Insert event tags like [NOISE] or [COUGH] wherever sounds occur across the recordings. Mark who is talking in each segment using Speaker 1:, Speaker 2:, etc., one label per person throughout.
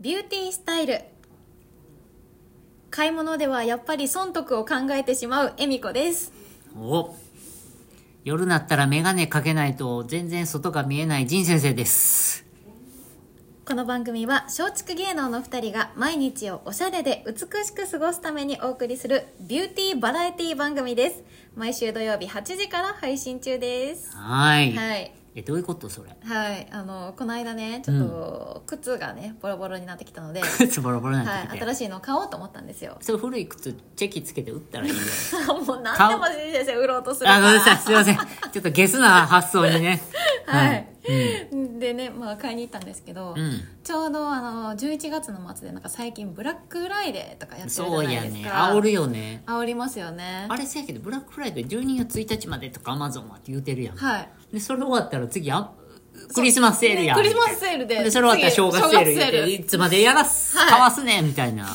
Speaker 1: ビューティースタイル買い物ではやっぱり損得を考えてしまう恵美子です
Speaker 2: お夜なったら眼鏡かけないと全然外が見えない仁先生です。
Speaker 1: この番組は松竹芸能の2人が毎日をおしゃれで美しく過ごすためにお送りするビューティーバラエティ番組です毎週土曜日8時から配信中です
Speaker 2: はーい。
Speaker 1: はい
Speaker 2: え、どういうことそれ。 [LAUGHS]
Speaker 1: はいあのこの間ねちょっと靴がねボロボロになってきたので、
Speaker 2: 靴ボロボロになって
Speaker 1: は
Speaker 2: き
Speaker 1: い、
Speaker 2: て。
Speaker 1: 新しいのを買おうと思ったんですよ [LAUGHS]
Speaker 2: それ古い靴、チェキつけて売ったらいいよ。
Speaker 1: もう何でも先生売ろうとするから
Speaker 2: あ、ごめんなさい。すいません。ちょっとゲスな発想にね。
Speaker 1: [LAUGHS] はい、でね、まあ、買いに行ったんですけど、
Speaker 2: うん
Speaker 1: ちょうどあの11月の末でなんか最近ブラックフライデーとかやってるじゃ
Speaker 2: そう
Speaker 1: ない
Speaker 2: や
Speaker 1: です
Speaker 2: ね。
Speaker 1: か
Speaker 2: 煽るよね。
Speaker 1: 煽りますよね
Speaker 2: あれせやけど、ブラックフライデー12月1日までとかアマゾンはって言うてるやん。
Speaker 1: はい
Speaker 2: で、それ終わったら次、あクリスマスセールやん。
Speaker 1: クリスマスセールで
Speaker 2: でそれ終わったら正月セ
Speaker 1: 次正
Speaker 2: ール
Speaker 1: 月セール
Speaker 2: いつまでやらす、
Speaker 1: はい
Speaker 2: かわすねんみたいな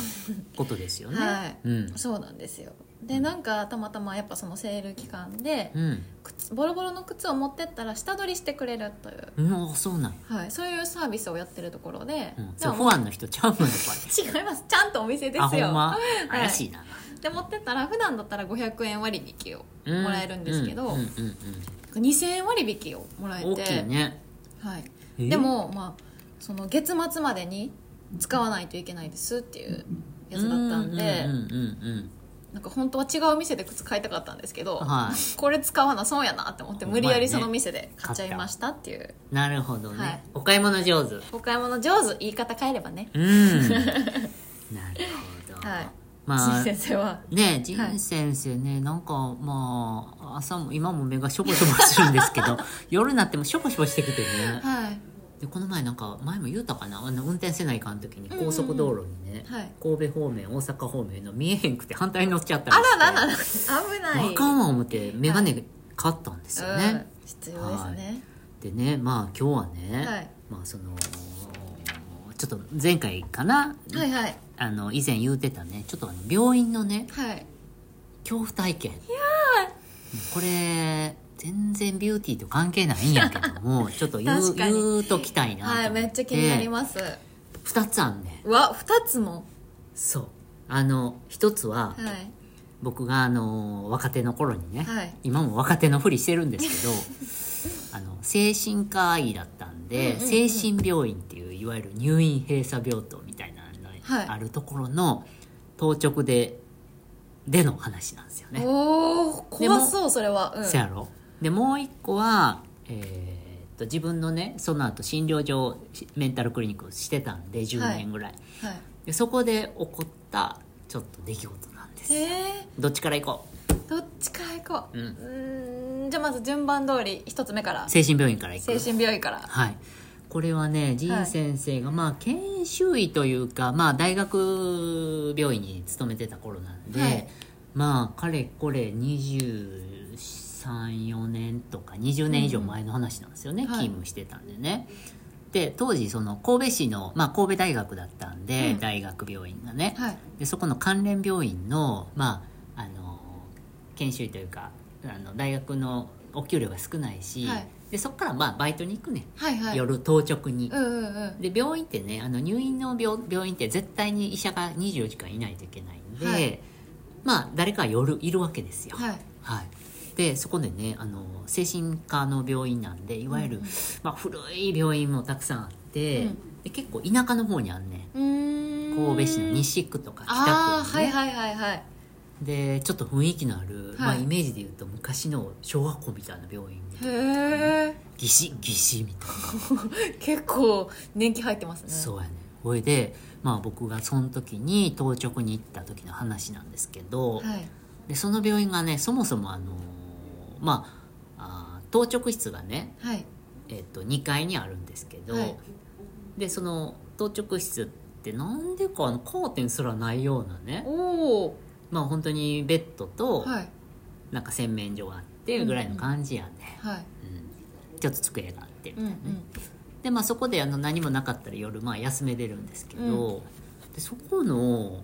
Speaker 2: ことですよね、
Speaker 1: はい、
Speaker 2: うん
Speaker 1: そうなんですよでなんかたまたまやっぱそのセール期間で、
Speaker 2: うん
Speaker 1: 靴ボロボロの靴を持ってったら下取りしてくれるという、
Speaker 2: うんあそうなんや、
Speaker 1: はい、そういうサービスをやってるところで、
Speaker 2: うん、
Speaker 1: じゃ
Speaker 2: そ
Speaker 1: あ
Speaker 2: れファンの人ちゃうのやっぱり
Speaker 1: 違いますちゃんとお店ですよ
Speaker 2: あほんま
Speaker 1: はい
Speaker 2: 怪しいな、
Speaker 1: で持ってったら普段だったら500円割引を
Speaker 2: うん
Speaker 1: もらえるんですけど、
Speaker 2: うんうん
Speaker 1: 2000円割引をもらえ
Speaker 2: うん、
Speaker 1: て
Speaker 2: 大きいね
Speaker 1: はい
Speaker 2: え
Speaker 1: でも、まあ、その月末までに使わないといけないですっていうやつだったんで、
Speaker 2: うんうんうんうん
Speaker 1: なんか本当は違う店で靴買いたかったんですけど、
Speaker 2: は
Speaker 1: これ使わな損やなって思って
Speaker 2: ほん
Speaker 1: 無
Speaker 2: まや
Speaker 1: 理や
Speaker 2: ね
Speaker 1: りその店で買っちゃいましたっていう
Speaker 2: なるほどね、
Speaker 1: はい
Speaker 2: お買い物上手
Speaker 1: お買い物上手言い方変えればね
Speaker 2: う
Speaker 1: [LAUGHS]
Speaker 2: んなるほど、
Speaker 1: はい
Speaker 2: まあ
Speaker 1: ちい先生は
Speaker 2: ねえ
Speaker 1: はい
Speaker 2: 仁先生ね、なんかまあ朝も今も目がしょぼしょぼするんですけ
Speaker 1: [LAUGHS]
Speaker 2: ど夜になってもしょぼしょぼしてきてね、
Speaker 1: はい
Speaker 2: でこの前なんか前も言うたかなあの運転せないかん時に高速道路にね、
Speaker 1: うんうんはい
Speaker 2: 神戸方面大阪方面の見えへんくて反対に乗っちゃった
Speaker 1: あ
Speaker 2: りして
Speaker 1: らららら危ない
Speaker 2: あかんわ思って眼鏡買ったんですよね、
Speaker 1: うん、必要ですね
Speaker 2: でねまあ今日はね、
Speaker 1: はい
Speaker 2: まあそのちょっと前回かな、
Speaker 1: はいはい
Speaker 2: あの以前言うてたねちょっとあの病院のね
Speaker 1: はい
Speaker 2: 恐怖体験これ全然ビューティーと関係ないんやけ
Speaker 1: [LAUGHS]
Speaker 2: どもちょっと言う
Speaker 1: 確かに
Speaker 2: 言うときたいなと思って、
Speaker 1: はいめっちゃ気になります、
Speaker 2: 2つあんねん
Speaker 1: うわ2つも
Speaker 2: そうあの一つは、
Speaker 1: はい
Speaker 2: 僕があの若手の頃にね、
Speaker 1: はい
Speaker 2: 今も若手のふりしてるんです
Speaker 1: [LAUGHS]
Speaker 2: けどあの精神科医だったんで、
Speaker 1: うんうんうん
Speaker 2: 精神病院っていういわゆる入院閉鎖病棟みたいなの
Speaker 1: はい
Speaker 2: があるところの当直ででの話なんですよね。
Speaker 1: おお怖そうそれはうん
Speaker 2: せやろでもう一個は、えーっと自分のねその後診療所しメンタルクリニックをしてたんで10年ぐらい、
Speaker 1: は
Speaker 2: でそこで起こったちょっと出来事なんです
Speaker 1: い、え
Speaker 2: どっちから行こ
Speaker 1: ー、どっちから行こう
Speaker 2: う、
Speaker 1: う
Speaker 2: う、
Speaker 1: んーんじゃあまず順番通り一つ目から
Speaker 2: 精神病院から行
Speaker 1: 精
Speaker 2: く
Speaker 1: 神病院から
Speaker 2: はいこれはね仁先生が、まあ研修医というか、まあ、大学病院に勤めてた頃なんで、
Speaker 1: はい
Speaker 2: まあかれこれ234年とか20年以上前の話なんですよね、
Speaker 1: うんはい
Speaker 2: 勤務してたんでね、で当時その神戸市の、まあ、神戸大学だったんで、
Speaker 1: うん
Speaker 2: 大学病院がね、
Speaker 1: はい
Speaker 2: でそこの関連病院の,、まあ、あの研修医というかあの大学のお給料が少ないし、
Speaker 1: はい
Speaker 2: でそこからまあバイトに行くね、
Speaker 1: はいはい
Speaker 2: 夜当直に
Speaker 1: う、んうんうん
Speaker 2: で病院ってねあの入院の病病院って絶対に医者が24時間いないといけないんで、
Speaker 1: はい
Speaker 2: まあ誰か夜いるわけですよ、
Speaker 1: はい
Speaker 2: はい、でそこでねあの精神科の病院なんでいわゆる、
Speaker 1: うんうん
Speaker 2: まあ、古い病院もたくさんあって、
Speaker 1: うん
Speaker 2: で結構田舎の方にあんねん
Speaker 1: うーん
Speaker 2: 神戸市の西区とか北区にね、
Speaker 1: ああはいはいはいはい
Speaker 2: でちょっと雰囲気のある、まあ、
Speaker 1: はい
Speaker 2: イメージで言うと昔の小学校みたいな病院で
Speaker 1: へ
Speaker 2: ギシギシみたいな、
Speaker 1: え結構年季入ってますね
Speaker 2: そうやねほいで、まあ、僕がその時に当直に行った時の話なんですけど、
Speaker 1: はい
Speaker 2: でその病院がねそもそもあのーまああー当直室がね、
Speaker 1: はい
Speaker 2: えっと2階にあるんですけど、
Speaker 1: はい
Speaker 2: でその当直室ってなんでかあのカーテンすらないようなね
Speaker 1: おお
Speaker 2: まあ本当にベッドと
Speaker 1: はい
Speaker 2: なんか洗面所があってぐらいの感じやね、
Speaker 1: はい
Speaker 2: うんちょっと机があってみた
Speaker 1: う
Speaker 2: い
Speaker 1: んう
Speaker 2: なね、
Speaker 1: ん
Speaker 2: でまあそこであの何もなかったら夜まあ休めれるんですけど、でそこの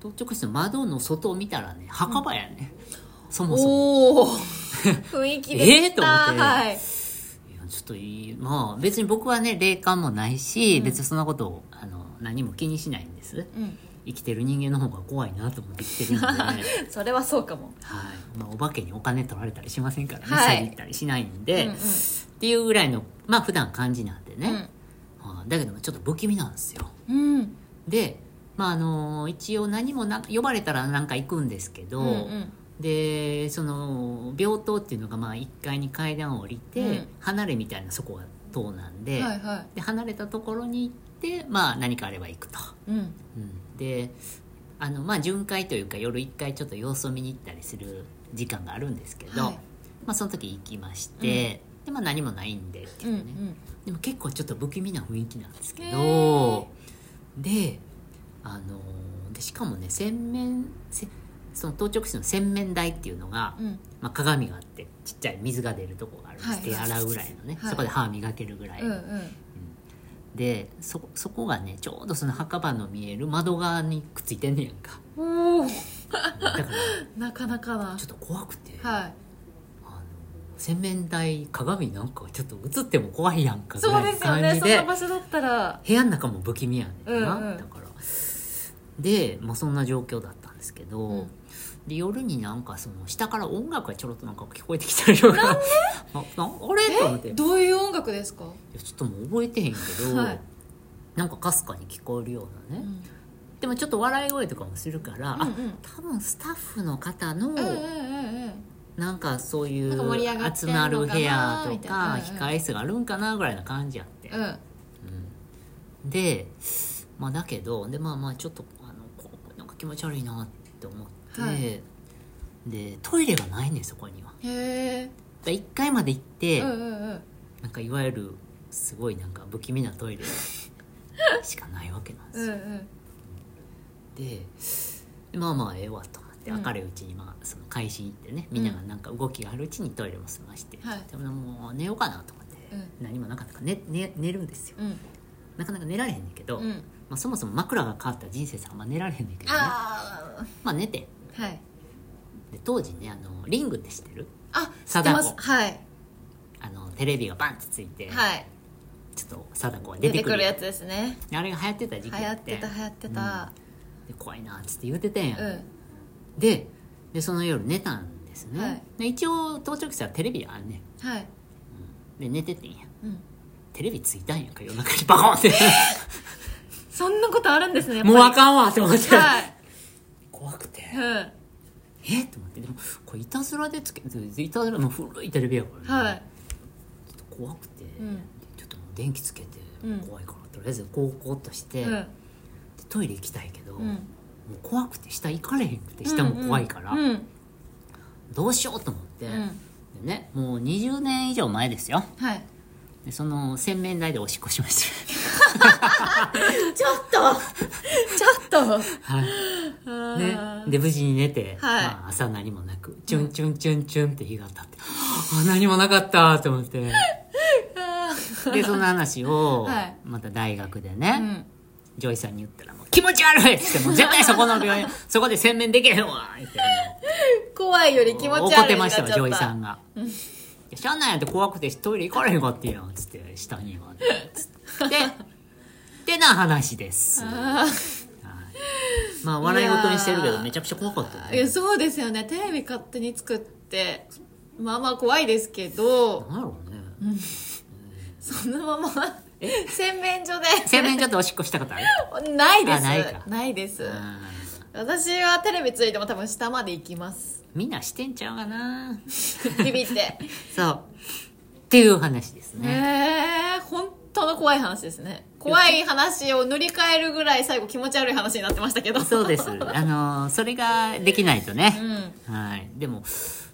Speaker 2: 当直室の窓の外を見たらね墓場やね、そもそ
Speaker 1: お
Speaker 2: も [LAUGHS]
Speaker 1: お雰囲気で
Speaker 2: ええ
Speaker 1: した
Speaker 2: と思って
Speaker 1: はい
Speaker 2: いやちょっといいまあ別に僕はね霊感もないし、
Speaker 1: うん
Speaker 2: 別にそんなことをあの何も気にしないんです
Speaker 1: うん
Speaker 2: 生きてる人間の方が怖いなと思って生き
Speaker 1: [LAUGHS]
Speaker 2: てるので、はい
Speaker 1: それはそうかも
Speaker 2: まあ、お化けにお金取られたりしませんからね、
Speaker 1: はい
Speaker 2: 詐欺ったりしないんで、
Speaker 1: うんうん
Speaker 2: っていうぐらいのまあ普段感じなんでね、はいだけどもちょっと不気味なんですよ
Speaker 1: うんうん
Speaker 2: でまああの一応何もな呼ばれたらなんか行くんですけど、
Speaker 1: うんうん
Speaker 2: でその病棟っていうのがまあ1階に階段を降りて、
Speaker 1: うん
Speaker 2: 離れみたいなそこが棟なんで,、
Speaker 1: はいは
Speaker 2: で離れたところに行って、まあ、何かあれば行くと、
Speaker 1: いうん
Speaker 2: うんであのまあ巡回というか夜1回ちょっと様子を見に行ったりする時間があるんですけど、
Speaker 1: はい
Speaker 2: まあ、その時行きまして、でまあ、何もないんでって
Speaker 1: う
Speaker 2: い
Speaker 1: ん
Speaker 2: う
Speaker 1: う
Speaker 2: ね、
Speaker 1: ん
Speaker 2: でも結構ちょっと不気味な雰囲気なんですけ
Speaker 1: へー
Speaker 2: どであのでしかもね洗面せその当直室の洗面台っていうのが、
Speaker 1: うん
Speaker 2: まあ、鏡があってちっちゃい水が出るとこがあるんです、
Speaker 1: はい
Speaker 2: 手洗うぐらいのね、
Speaker 1: はい
Speaker 2: そこで歯磨けるぐらい、
Speaker 1: うんうん
Speaker 2: でそそこがねちょうどその墓場の見える窓側にくっついてんねやん
Speaker 1: [LAUGHS]
Speaker 2: か
Speaker 1: おお
Speaker 2: だからち
Speaker 1: なかなか
Speaker 2: ょ
Speaker 1: な
Speaker 2: っと怖くて、
Speaker 1: はい
Speaker 2: あの洗面台鏡なんかちょっと映っても怖いやんかぐ
Speaker 1: そう
Speaker 2: ら
Speaker 1: で
Speaker 2: いの
Speaker 1: すよ
Speaker 2: 感
Speaker 1: ね
Speaker 2: じ
Speaker 1: そんな場所だったら
Speaker 2: 部屋の中も不気味やねんな、
Speaker 1: うんうん
Speaker 2: だからで、まあ、そんな状況だったんですけど、
Speaker 1: うん
Speaker 2: で夜になんかその下から音楽がちょろっとなんか聞こえてきたりとかあ [LAUGHS] なあれと思っ
Speaker 1: え
Speaker 2: ていや
Speaker 1: どういう音楽ですか
Speaker 2: ちょっともう覚えてへんけど、
Speaker 1: はい
Speaker 2: なんかかすかに聞こえるような
Speaker 1: う
Speaker 2: ね、
Speaker 1: ん
Speaker 2: でもちょっと笑い声とかもするから、
Speaker 1: うんうん
Speaker 2: あ多分スタッフの方の
Speaker 1: うんうんうんうん
Speaker 2: なんかそういう
Speaker 1: なんか盛り上がって
Speaker 2: 集
Speaker 1: んのかな
Speaker 2: まる部屋と
Speaker 1: みたいな
Speaker 2: か
Speaker 1: うんうん
Speaker 2: 控え室があるんかなぐらいな感じやって、
Speaker 1: うん
Speaker 2: うんで、まあ、だけどでまあまあちょっとあのこうなんか気持ち悪いなって思って、
Speaker 1: はい
Speaker 2: でトイレがないねそこには
Speaker 1: へえ
Speaker 2: だ1階まで行って、
Speaker 1: うんうんうん
Speaker 2: なんかいわゆるすごいなんか不気味なトイレしかないわけなんです
Speaker 1: うんう
Speaker 2: よ、
Speaker 1: ん
Speaker 2: ででまあまあええわと思って
Speaker 1: うん
Speaker 2: 明るいうちにまあその開始行ってねみんながなんか動きがあるうちにトイレも済まして、
Speaker 1: はい
Speaker 2: でももう寝ようかなと思って、
Speaker 1: う
Speaker 2: 何もなかったから寝寝寝るんですよ
Speaker 1: うん
Speaker 2: なかなか寝られへんねんけど、
Speaker 1: うん
Speaker 2: まあ、そもそも枕が変わった人生さんは寝られへんねんけどね
Speaker 1: あ
Speaker 2: まあ寝て
Speaker 1: あはい
Speaker 2: で当時ねあのリングって知ってる
Speaker 1: あ知って
Speaker 2: 貞
Speaker 1: ま
Speaker 2: 子
Speaker 1: すはい
Speaker 2: あのテレビがバンってついて、
Speaker 1: はい
Speaker 2: ちょっと貞子が出
Speaker 1: 出
Speaker 2: て
Speaker 1: て
Speaker 2: く
Speaker 1: く
Speaker 2: る
Speaker 1: るやつですね
Speaker 2: であれが流行ってた時期
Speaker 1: 流
Speaker 2: が
Speaker 1: 行
Speaker 2: あ
Speaker 1: ってた流行ってた
Speaker 2: で怖いなっつって言うてたんや
Speaker 1: うん
Speaker 2: ん、ででその夜寝たんですね、
Speaker 1: はい
Speaker 2: で一応当直室はテレビあんねん
Speaker 1: はい
Speaker 2: で寝ててんや
Speaker 1: うん
Speaker 2: テレビついたんやんか夜中にバコンって
Speaker 1: [LAUGHS] そんなことあるんですねやっぱ
Speaker 2: も
Speaker 1: り
Speaker 2: うあかんわって思って、
Speaker 1: はい
Speaker 2: 怖くて
Speaker 1: うん
Speaker 2: えっと思ってでもこれいたずらでつけいたずらもう古いテレビやからね、
Speaker 1: はい
Speaker 2: ちょっと怖くて、
Speaker 1: うん
Speaker 2: ちょっともう電気つけて
Speaker 1: うん
Speaker 2: 怖いから、とりあえずこうこうっとして、
Speaker 1: うん
Speaker 2: でトイレ行きたいけど、
Speaker 1: う
Speaker 2: もうん怖くて下行かれへんくて下も怖いから、
Speaker 1: うんうん
Speaker 2: どうしようと思って、
Speaker 1: うん
Speaker 2: でねもう20年以上前ですよ
Speaker 1: はい
Speaker 2: でその洗面台でおしっこしまし
Speaker 1: ちょっとちょっと
Speaker 2: た、はいね
Speaker 1: あ、ー
Speaker 2: で無事に寝て、
Speaker 1: はい
Speaker 2: まあ、朝何もなくチュンチュンチュンチュンって日が当たって、あ何もなかったと思って
Speaker 1: [LAUGHS] あ
Speaker 2: でその話を、
Speaker 1: はい
Speaker 2: また大学で
Speaker 1: ーう
Speaker 2: ね、
Speaker 1: ん
Speaker 2: ジョイさんに言ったらもう「気持ち悪い!」っつって「もう絶対そこの病院そこで洗面できへんわ!」って
Speaker 1: 怖いより [LAUGHS] 気持ち悪い
Speaker 2: 怒ってました
Speaker 1: になっ
Speaker 2: わジ
Speaker 1: ちゃ
Speaker 2: ョ
Speaker 1: っ
Speaker 2: イさんが「いやしゃあないやんって怖くてトイレ行かれへんかってやん」つって下にはつってでな話です
Speaker 1: あー
Speaker 2: まあ笑い事にしてるけ
Speaker 1: い
Speaker 2: ど
Speaker 1: やー
Speaker 2: めちゃくちゃ怖かったよ
Speaker 1: いや
Speaker 2: ね
Speaker 1: そうですよねテレビ勝手に作ってまあまあ怖いですけど
Speaker 2: なんやろうね
Speaker 1: そのまま洗面所で
Speaker 2: 洗面所でおしっこしたことある
Speaker 1: ないで
Speaker 2: あ
Speaker 1: す
Speaker 2: ないか
Speaker 1: ないです
Speaker 2: うん
Speaker 1: 私はテレビついても多分下まで行き
Speaker 2: [LAUGHS]
Speaker 1: ます
Speaker 2: みんなしてんちゃうかな
Speaker 1: ビビって
Speaker 2: そうっていう話です
Speaker 1: へ [LAUGHS]
Speaker 2: ね
Speaker 1: え本当の怖い話ですね怖い話を塗り替えるぐらい最後気持ち悪い話になってましたけど
Speaker 2: そうですあのーそれができないとね
Speaker 1: [LAUGHS] う、ん
Speaker 2: はい、でも、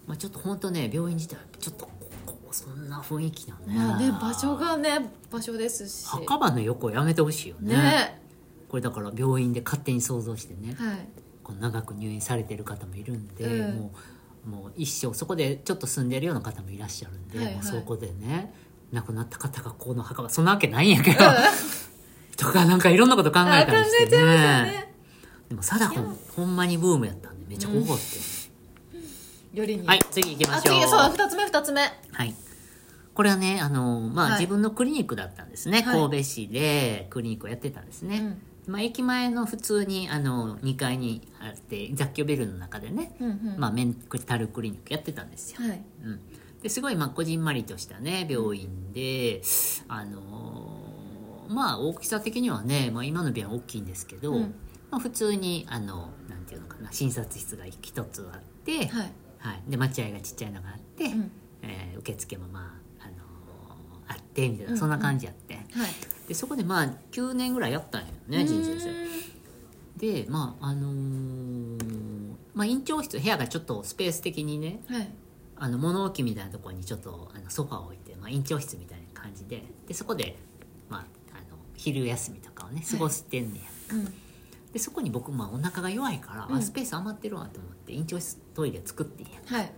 Speaker 2: まあ、ちょっと本当ね病院自体ちょっとここそんな雰囲気だね,、
Speaker 1: まあね場所がね場所ですし
Speaker 2: 墓場の横やめてほしいよね
Speaker 1: ね
Speaker 2: これだから病院で勝手に想像してね、
Speaker 1: はい
Speaker 2: こう長く入院されてる方もいるんで、
Speaker 1: うん
Speaker 2: もうもう一生そこでちょっと住んでるような方もいらっしゃるんで、
Speaker 1: はいはい
Speaker 2: もうそこでね亡くなった方がこの墓場そんなわけないんやけど、
Speaker 1: [LAUGHS]
Speaker 2: とかなんかいろんなこと考えたりしてねでも貞子もほんまにブームやったんでめっちゃ怖かったよ、
Speaker 1: よりに
Speaker 2: はい次行きま
Speaker 1: あ
Speaker 2: しょう
Speaker 1: 次そうだ2つ目2つ目
Speaker 2: はい。これはね、あの、ま
Speaker 1: は
Speaker 2: あ、
Speaker 1: い
Speaker 2: 自分のクリニックだったんですね。
Speaker 1: はい
Speaker 2: 神戸市でクリニックをやってたんですね。まあ、駅前の普通に、あの、2階にあって、雑居ビルの中でね、
Speaker 1: うんうん
Speaker 2: まあ、メンタルクリニックやってたんですよ。
Speaker 1: はい
Speaker 2: うん、ですごいまあこじんまりとしたね病院で、あのーまあ大きさ的にはね、まあ、今の病院は大きいんですけど、
Speaker 1: うん
Speaker 2: まあ、普通にあのなんていうのかな診察室が一つあって、
Speaker 1: はい
Speaker 2: はい、で待合がちっちゃいのがあって、
Speaker 1: うん
Speaker 2: えー受付もまあ、あのーあってみたいな、
Speaker 1: うん
Speaker 2: そんな感じやって
Speaker 1: はい
Speaker 2: でそこでまあ9年ぐらいやったんよね人生生。でまああのーまあ、院長室部屋がちょっとスペース的にね
Speaker 1: はい
Speaker 2: あの物置みたいなところにちょっとあのソファーを置いて、まあ、院長室みたいな感じででそこで、まあ、あの昼休みとかをね過ごしてんねや、
Speaker 1: うん
Speaker 2: でそこに僕、まあ、お腹が弱いから、
Speaker 1: うん
Speaker 2: あスペース余ってるわと思って院長室トイレ作ってんや
Speaker 1: はい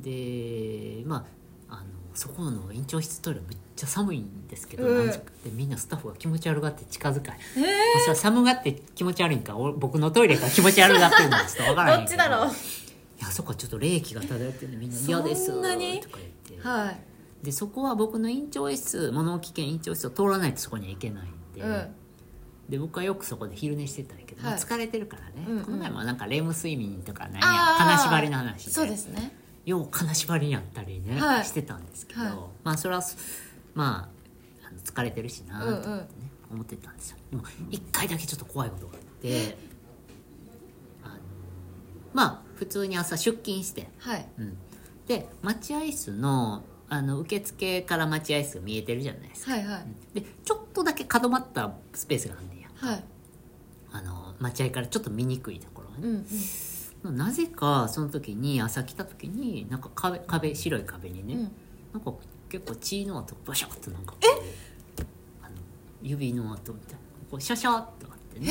Speaker 2: でまああのそこの院長室トイレめっちゃ寒いんですけど、
Speaker 1: うん
Speaker 2: なんちゅうかでみんなスタッフが気持ち悪がって近づかない、
Speaker 1: えー
Speaker 2: まあそれは寒がって気持ち悪いんかお僕のトイレが気持ち悪がってるのかちょっとわから
Speaker 1: ど
Speaker 2: ない
Speaker 1: っちだろう
Speaker 2: いやそこはちょっと冷気が漂ってるんでみんな嫌です
Speaker 1: そんなに
Speaker 2: とか言って、
Speaker 1: はい
Speaker 2: でそこは僕の院長室物置県院長室を通らないとそこには行けないんで,、
Speaker 1: うん
Speaker 2: で僕はよくそこで昼寝してたんやけど、
Speaker 1: はい
Speaker 2: まあ疲れてるからね、
Speaker 1: うんうん
Speaker 2: この前もなんかレム睡眠とかなんや
Speaker 1: あー
Speaker 2: 金縛りの話で
Speaker 1: そうですね
Speaker 2: よう金縛りやったりね、
Speaker 1: はい
Speaker 2: してたんですけど、
Speaker 1: はい
Speaker 2: まあそれはそまああの疲れてるしなと思ってね、思ってたんですよでも一回だけちょっと怖いことがあってあのまあ普通に朝出勤して
Speaker 1: はい
Speaker 2: うん、で待合室のあの受付から待合室が見えてるじゃないですか、
Speaker 1: はいはい
Speaker 2: でちょっとだけ角まったスペースがあんねや
Speaker 1: はい
Speaker 2: あの待合からちょっと見にくいところが
Speaker 1: う
Speaker 2: ね
Speaker 1: んうん
Speaker 2: なぜかその時に朝来た時になんか壁壁白い壁にね、
Speaker 1: うん
Speaker 2: なんか結構血の跡バシャッとなんかこうあの指の跡みたいなこうシャシャッとあってね「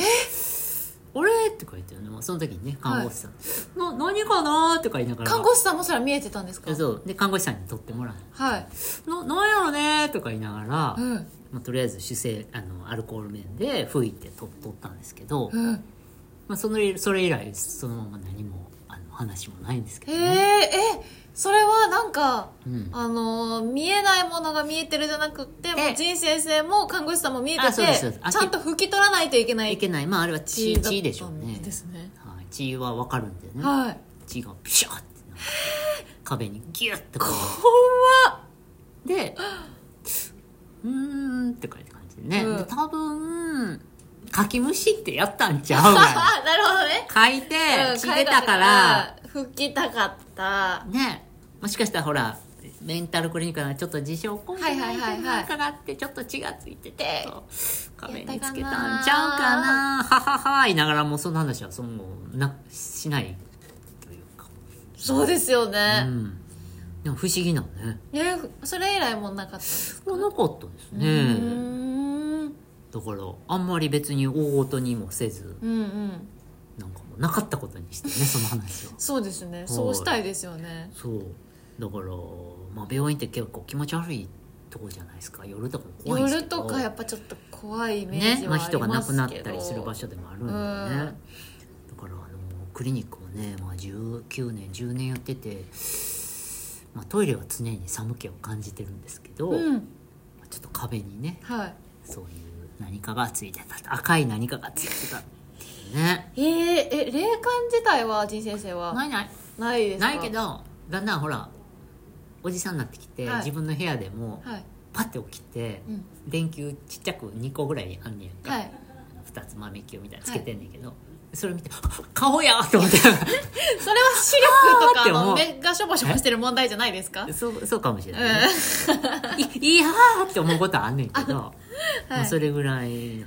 Speaker 2: あれ?」って書いてるね、まあ、その時にね看護師さん「な何かな?」とか言いながら
Speaker 1: 看護師さんもそれ見えてたんですか
Speaker 2: そうで看護師さんに取ってもらって
Speaker 1: はい
Speaker 2: のなんやろねとか言いながら、
Speaker 1: うん
Speaker 2: まあ、とりあえず主成あのアルコール面で拭いて取取ったんですけど、
Speaker 1: うん
Speaker 2: まあ、そのそれ以来そのまま何もあの話もないんですけ
Speaker 1: えー
Speaker 2: ど、ね
Speaker 1: えそれはなんか
Speaker 2: うん、
Speaker 1: あのー見えないものが見えてるじゃなくっても
Speaker 2: え
Speaker 1: う仁先生も看護師さんも見え
Speaker 2: あ
Speaker 1: て
Speaker 2: そう
Speaker 1: て
Speaker 2: です
Speaker 1: ち
Speaker 2: そうですあ
Speaker 1: ゃんと拭き取らないといけないい
Speaker 2: けないまああれは血
Speaker 1: だった
Speaker 2: 血でしょうね
Speaker 1: んですね
Speaker 2: はい、血は分かるんでね、
Speaker 1: はい
Speaker 2: 血がピシャーってなんか壁にギュッてこうで「うーん」って書いて感じでね、
Speaker 1: うん
Speaker 2: で多分かきむしってやったんちゃうかな
Speaker 1: あなるほどね [LAUGHS]
Speaker 2: 書いて
Speaker 1: うん
Speaker 2: 血出たから、
Speaker 1: 拭きたかった
Speaker 2: ねもしかしたらほらメンタルクリニックのちょっと自傷行為
Speaker 1: はいはいはいはい
Speaker 2: なんかがあってちょっと血がついてて壁につけた
Speaker 1: やったかなん
Speaker 2: ちゃうかなはははは言いながらもうその話はそのなしないというか、
Speaker 1: そうですよ
Speaker 2: う
Speaker 1: ね、
Speaker 2: ん、でも不思議なのね
Speaker 1: えそれ以来もなかったんですか
Speaker 2: もうなかったです
Speaker 1: うー
Speaker 2: ね
Speaker 1: ん
Speaker 2: だからあんまり別に大ごとにもせず
Speaker 1: うんうん
Speaker 2: なんかもうなかったことにしてねその話を
Speaker 1: そうですねそうしたいですよね
Speaker 2: そうだから、まあ、病院って結構気持ち悪いとこじゃないですか夜とかも怖いんですけ
Speaker 1: 夜
Speaker 2: ど
Speaker 1: とかやっぱちょっと怖いイメー
Speaker 2: ね
Speaker 1: ジ
Speaker 2: ま
Speaker 1: は
Speaker 2: あ、
Speaker 1: ありますけ
Speaker 2: 人
Speaker 1: ど、
Speaker 2: が亡くなったりする場所でもあるんで
Speaker 1: う
Speaker 2: ね、
Speaker 1: ん
Speaker 2: だからあのクリニックもね、まあ、19年10年やってて、まあ、トイレは常に寒気を感じてるんですけど、
Speaker 1: うん
Speaker 2: ちょっと壁にね
Speaker 1: はい
Speaker 2: そういう何かがついてた赤い何かがついてたっていうね
Speaker 1: えー、え霊感自体は仁先生は
Speaker 2: ないない
Speaker 1: ないですか
Speaker 2: ないけどだんだんほらおじさんになってきて、
Speaker 1: はい
Speaker 2: 自分の部屋でも
Speaker 1: はい
Speaker 2: パッて起きて、
Speaker 1: うん
Speaker 2: 電球ちっちゃく2個ぐらいあんねやんか、
Speaker 1: はい
Speaker 2: 2つ豆球みたいなのつけてんねんけど、それ見て「顔や!」と思っ
Speaker 1: [LAUGHS]
Speaker 2: て
Speaker 1: それは視力と
Speaker 2: あーって
Speaker 1: か
Speaker 2: 思
Speaker 1: の
Speaker 2: う
Speaker 1: 目がしょぼしょぼしてる問題じゃないですか
Speaker 2: そうそうかもしれ
Speaker 1: う
Speaker 2: なんい、ねいいやーって思うことはあんねんけど、まあ、それぐらいなん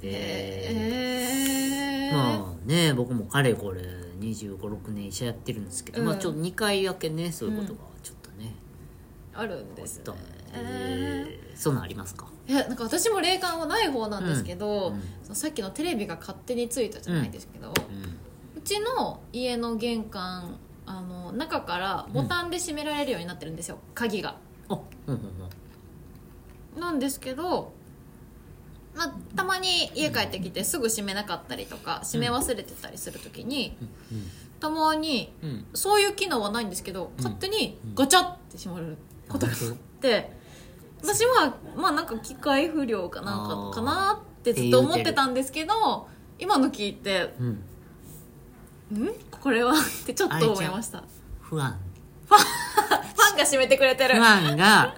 Speaker 2: で、
Speaker 1: えー
Speaker 2: まあね僕もかれこれ2 5 6年医者やってるんですけど、
Speaker 1: うん
Speaker 2: まあちょっと2回だけねそういうことがちょっとね、
Speaker 1: あるんで
Speaker 2: あ
Speaker 1: す
Speaker 2: っ
Speaker 1: ね
Speaker 2: たんで、
Speaker 1: え
Speaker 2: そんなんありますか
Speaker 1: ーいやなんか私も霊感はない方なんですけど、
Speaker 2: うんうん
Speaker 1: そのさっきのテレビが勝手についたじゃないですけど、
Speaker 2: うん
Speaker 1: うちの家の玄関あの中からボタンで閉められるようになってるんですよ、鍵が
Speaker 2: あうんうんうん
Speaker 1: なんですけど、まあ、たまに家帰ってきてすぐ閉めなかったりとか閉め忘れてたりするときにたまに
Speaker 2: うんうん
Speaker 1: そういう機能はないんですけど勝手に
Speaker 2: うん
Speaker 1: ガチャって閉まることがあって私はまあなんか機械不良かなんかかなってずっと思ってたんですけど今の聞いて
Speaker 2: うん
Speaker 1: 「んこれは?」ってちょっと思いました
Speaker 2: 不安
Speaker 1: ファンが締めてくれてる
Speaker 2: 不安が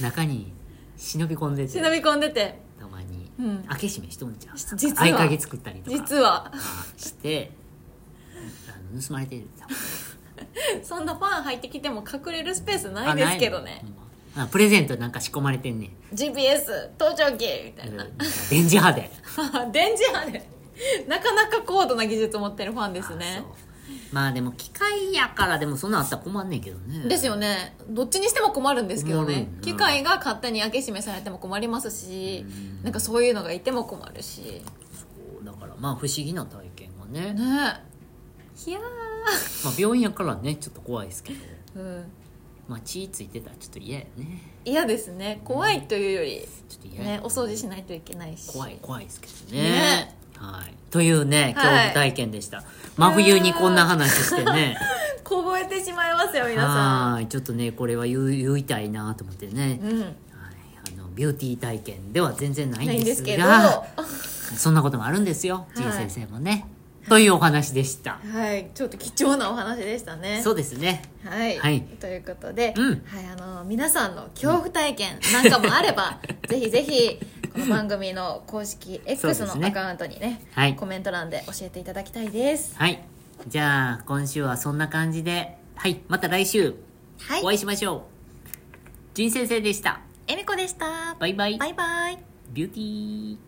Speaker 2: 中に忍び込んでて
Speaker 1: [LAUGHS] 忍び込んでて
Speaker 2: たまに
Speaker 1: うん
Speaker 2: 開け閉めしとんじゃん
Speaker 1: 実は
Speaker 2: 合鍵作ったりとか
Speaker 1: 実は
Speaker 2: してあの盗まれてる
Speaker 1: そんなファン入ってきても隠れるスペースないですけどね
Speaker 2: あプレゼントなんか仕込まれてんねん
Speaker 1: GPS 盗聴器みたいな
Speaker 2: 電磁波で
Speaker 1: [LAUGHS] 電磁波でなかなか高度な技術持ってるファンです
Speaker 2: あ
Speaker 1: ね
Speaker 2: そうまあでも機械やからでもそんなんあったら困んねんけどね
Speaker 1: ですよねどっちにしても困るんですけど
Speaker 2: 困る
Speaker 1: ね
Speaker 2: んだ
Speaker 1: 機械が勝手に開け閉めされても困りますしなんかそういうのがいても困るし
Speaker 2: そうだからまあ不思議な体験はね
Speaker 1: ねいや
Speaker 2: まあ、病院やからねちょっと怖いですけど
Speaker 1: ーうん
Speaker 2: まあ血ついてたらちょっと嫌やね
Speaker 1: 嫌ですね怖いというより
Speaker 2: ちょっと嫌や
Speaker 1: ねお掃除しないといけないし [LAUGHS]
Speaker 2: 怖い怖いですけどね
Speaker 1: ね
Speaker 2: はいというね恐
Speaker 1: はい
Speaker 2: 怖体験でした、真冬にこんな話してね
Speaker 1: 凍えてしまいますよ皆さん
Speaker 2: はいちょっとねこれは言う言いたいなと思ってね、
Speaker 1: うん
Speaker 2: はい、あのビューティー体験では全然ない
Speaker 1: ない
Speaker 2: ん
Speaker 1: ん
Speaker 2: で
Speaker 1: ですすけ
Speaker 2: が
Speaker 1: どは
Speaker 2: そんなこともあるんですよ、
Speaker 1: はい
Speaker 2: じい先生もねというお話でした、
Speaker 1: いちょっと貴重なお話でしたね
Speaker 2: そうですね
Speaker 1: はい、
Speaker 2: はい
Speaker 1: ということで、
Speaker 2: うん
Speaker 1: はい、あの皆さんの恐怖体験なんかもあれば、 [LAUGHS] ぜひぜひこの番組の公式 X
Speaker 2: そうですね
Speaker 1: のアカウントにね
Speaker 2: はい
Speaker 1: コメント欄で教えていただきたいです
Speaker 2: はいじゃあ今週はそんな感じではいまた来週
Speaker 1: はい
Speaker 2: お会いしましょう、じい先生でした
Speaker 1: えみこでした
Speaker 2: バイバイ
Speaker 1: バイバイ
Speaker 2: ビューティー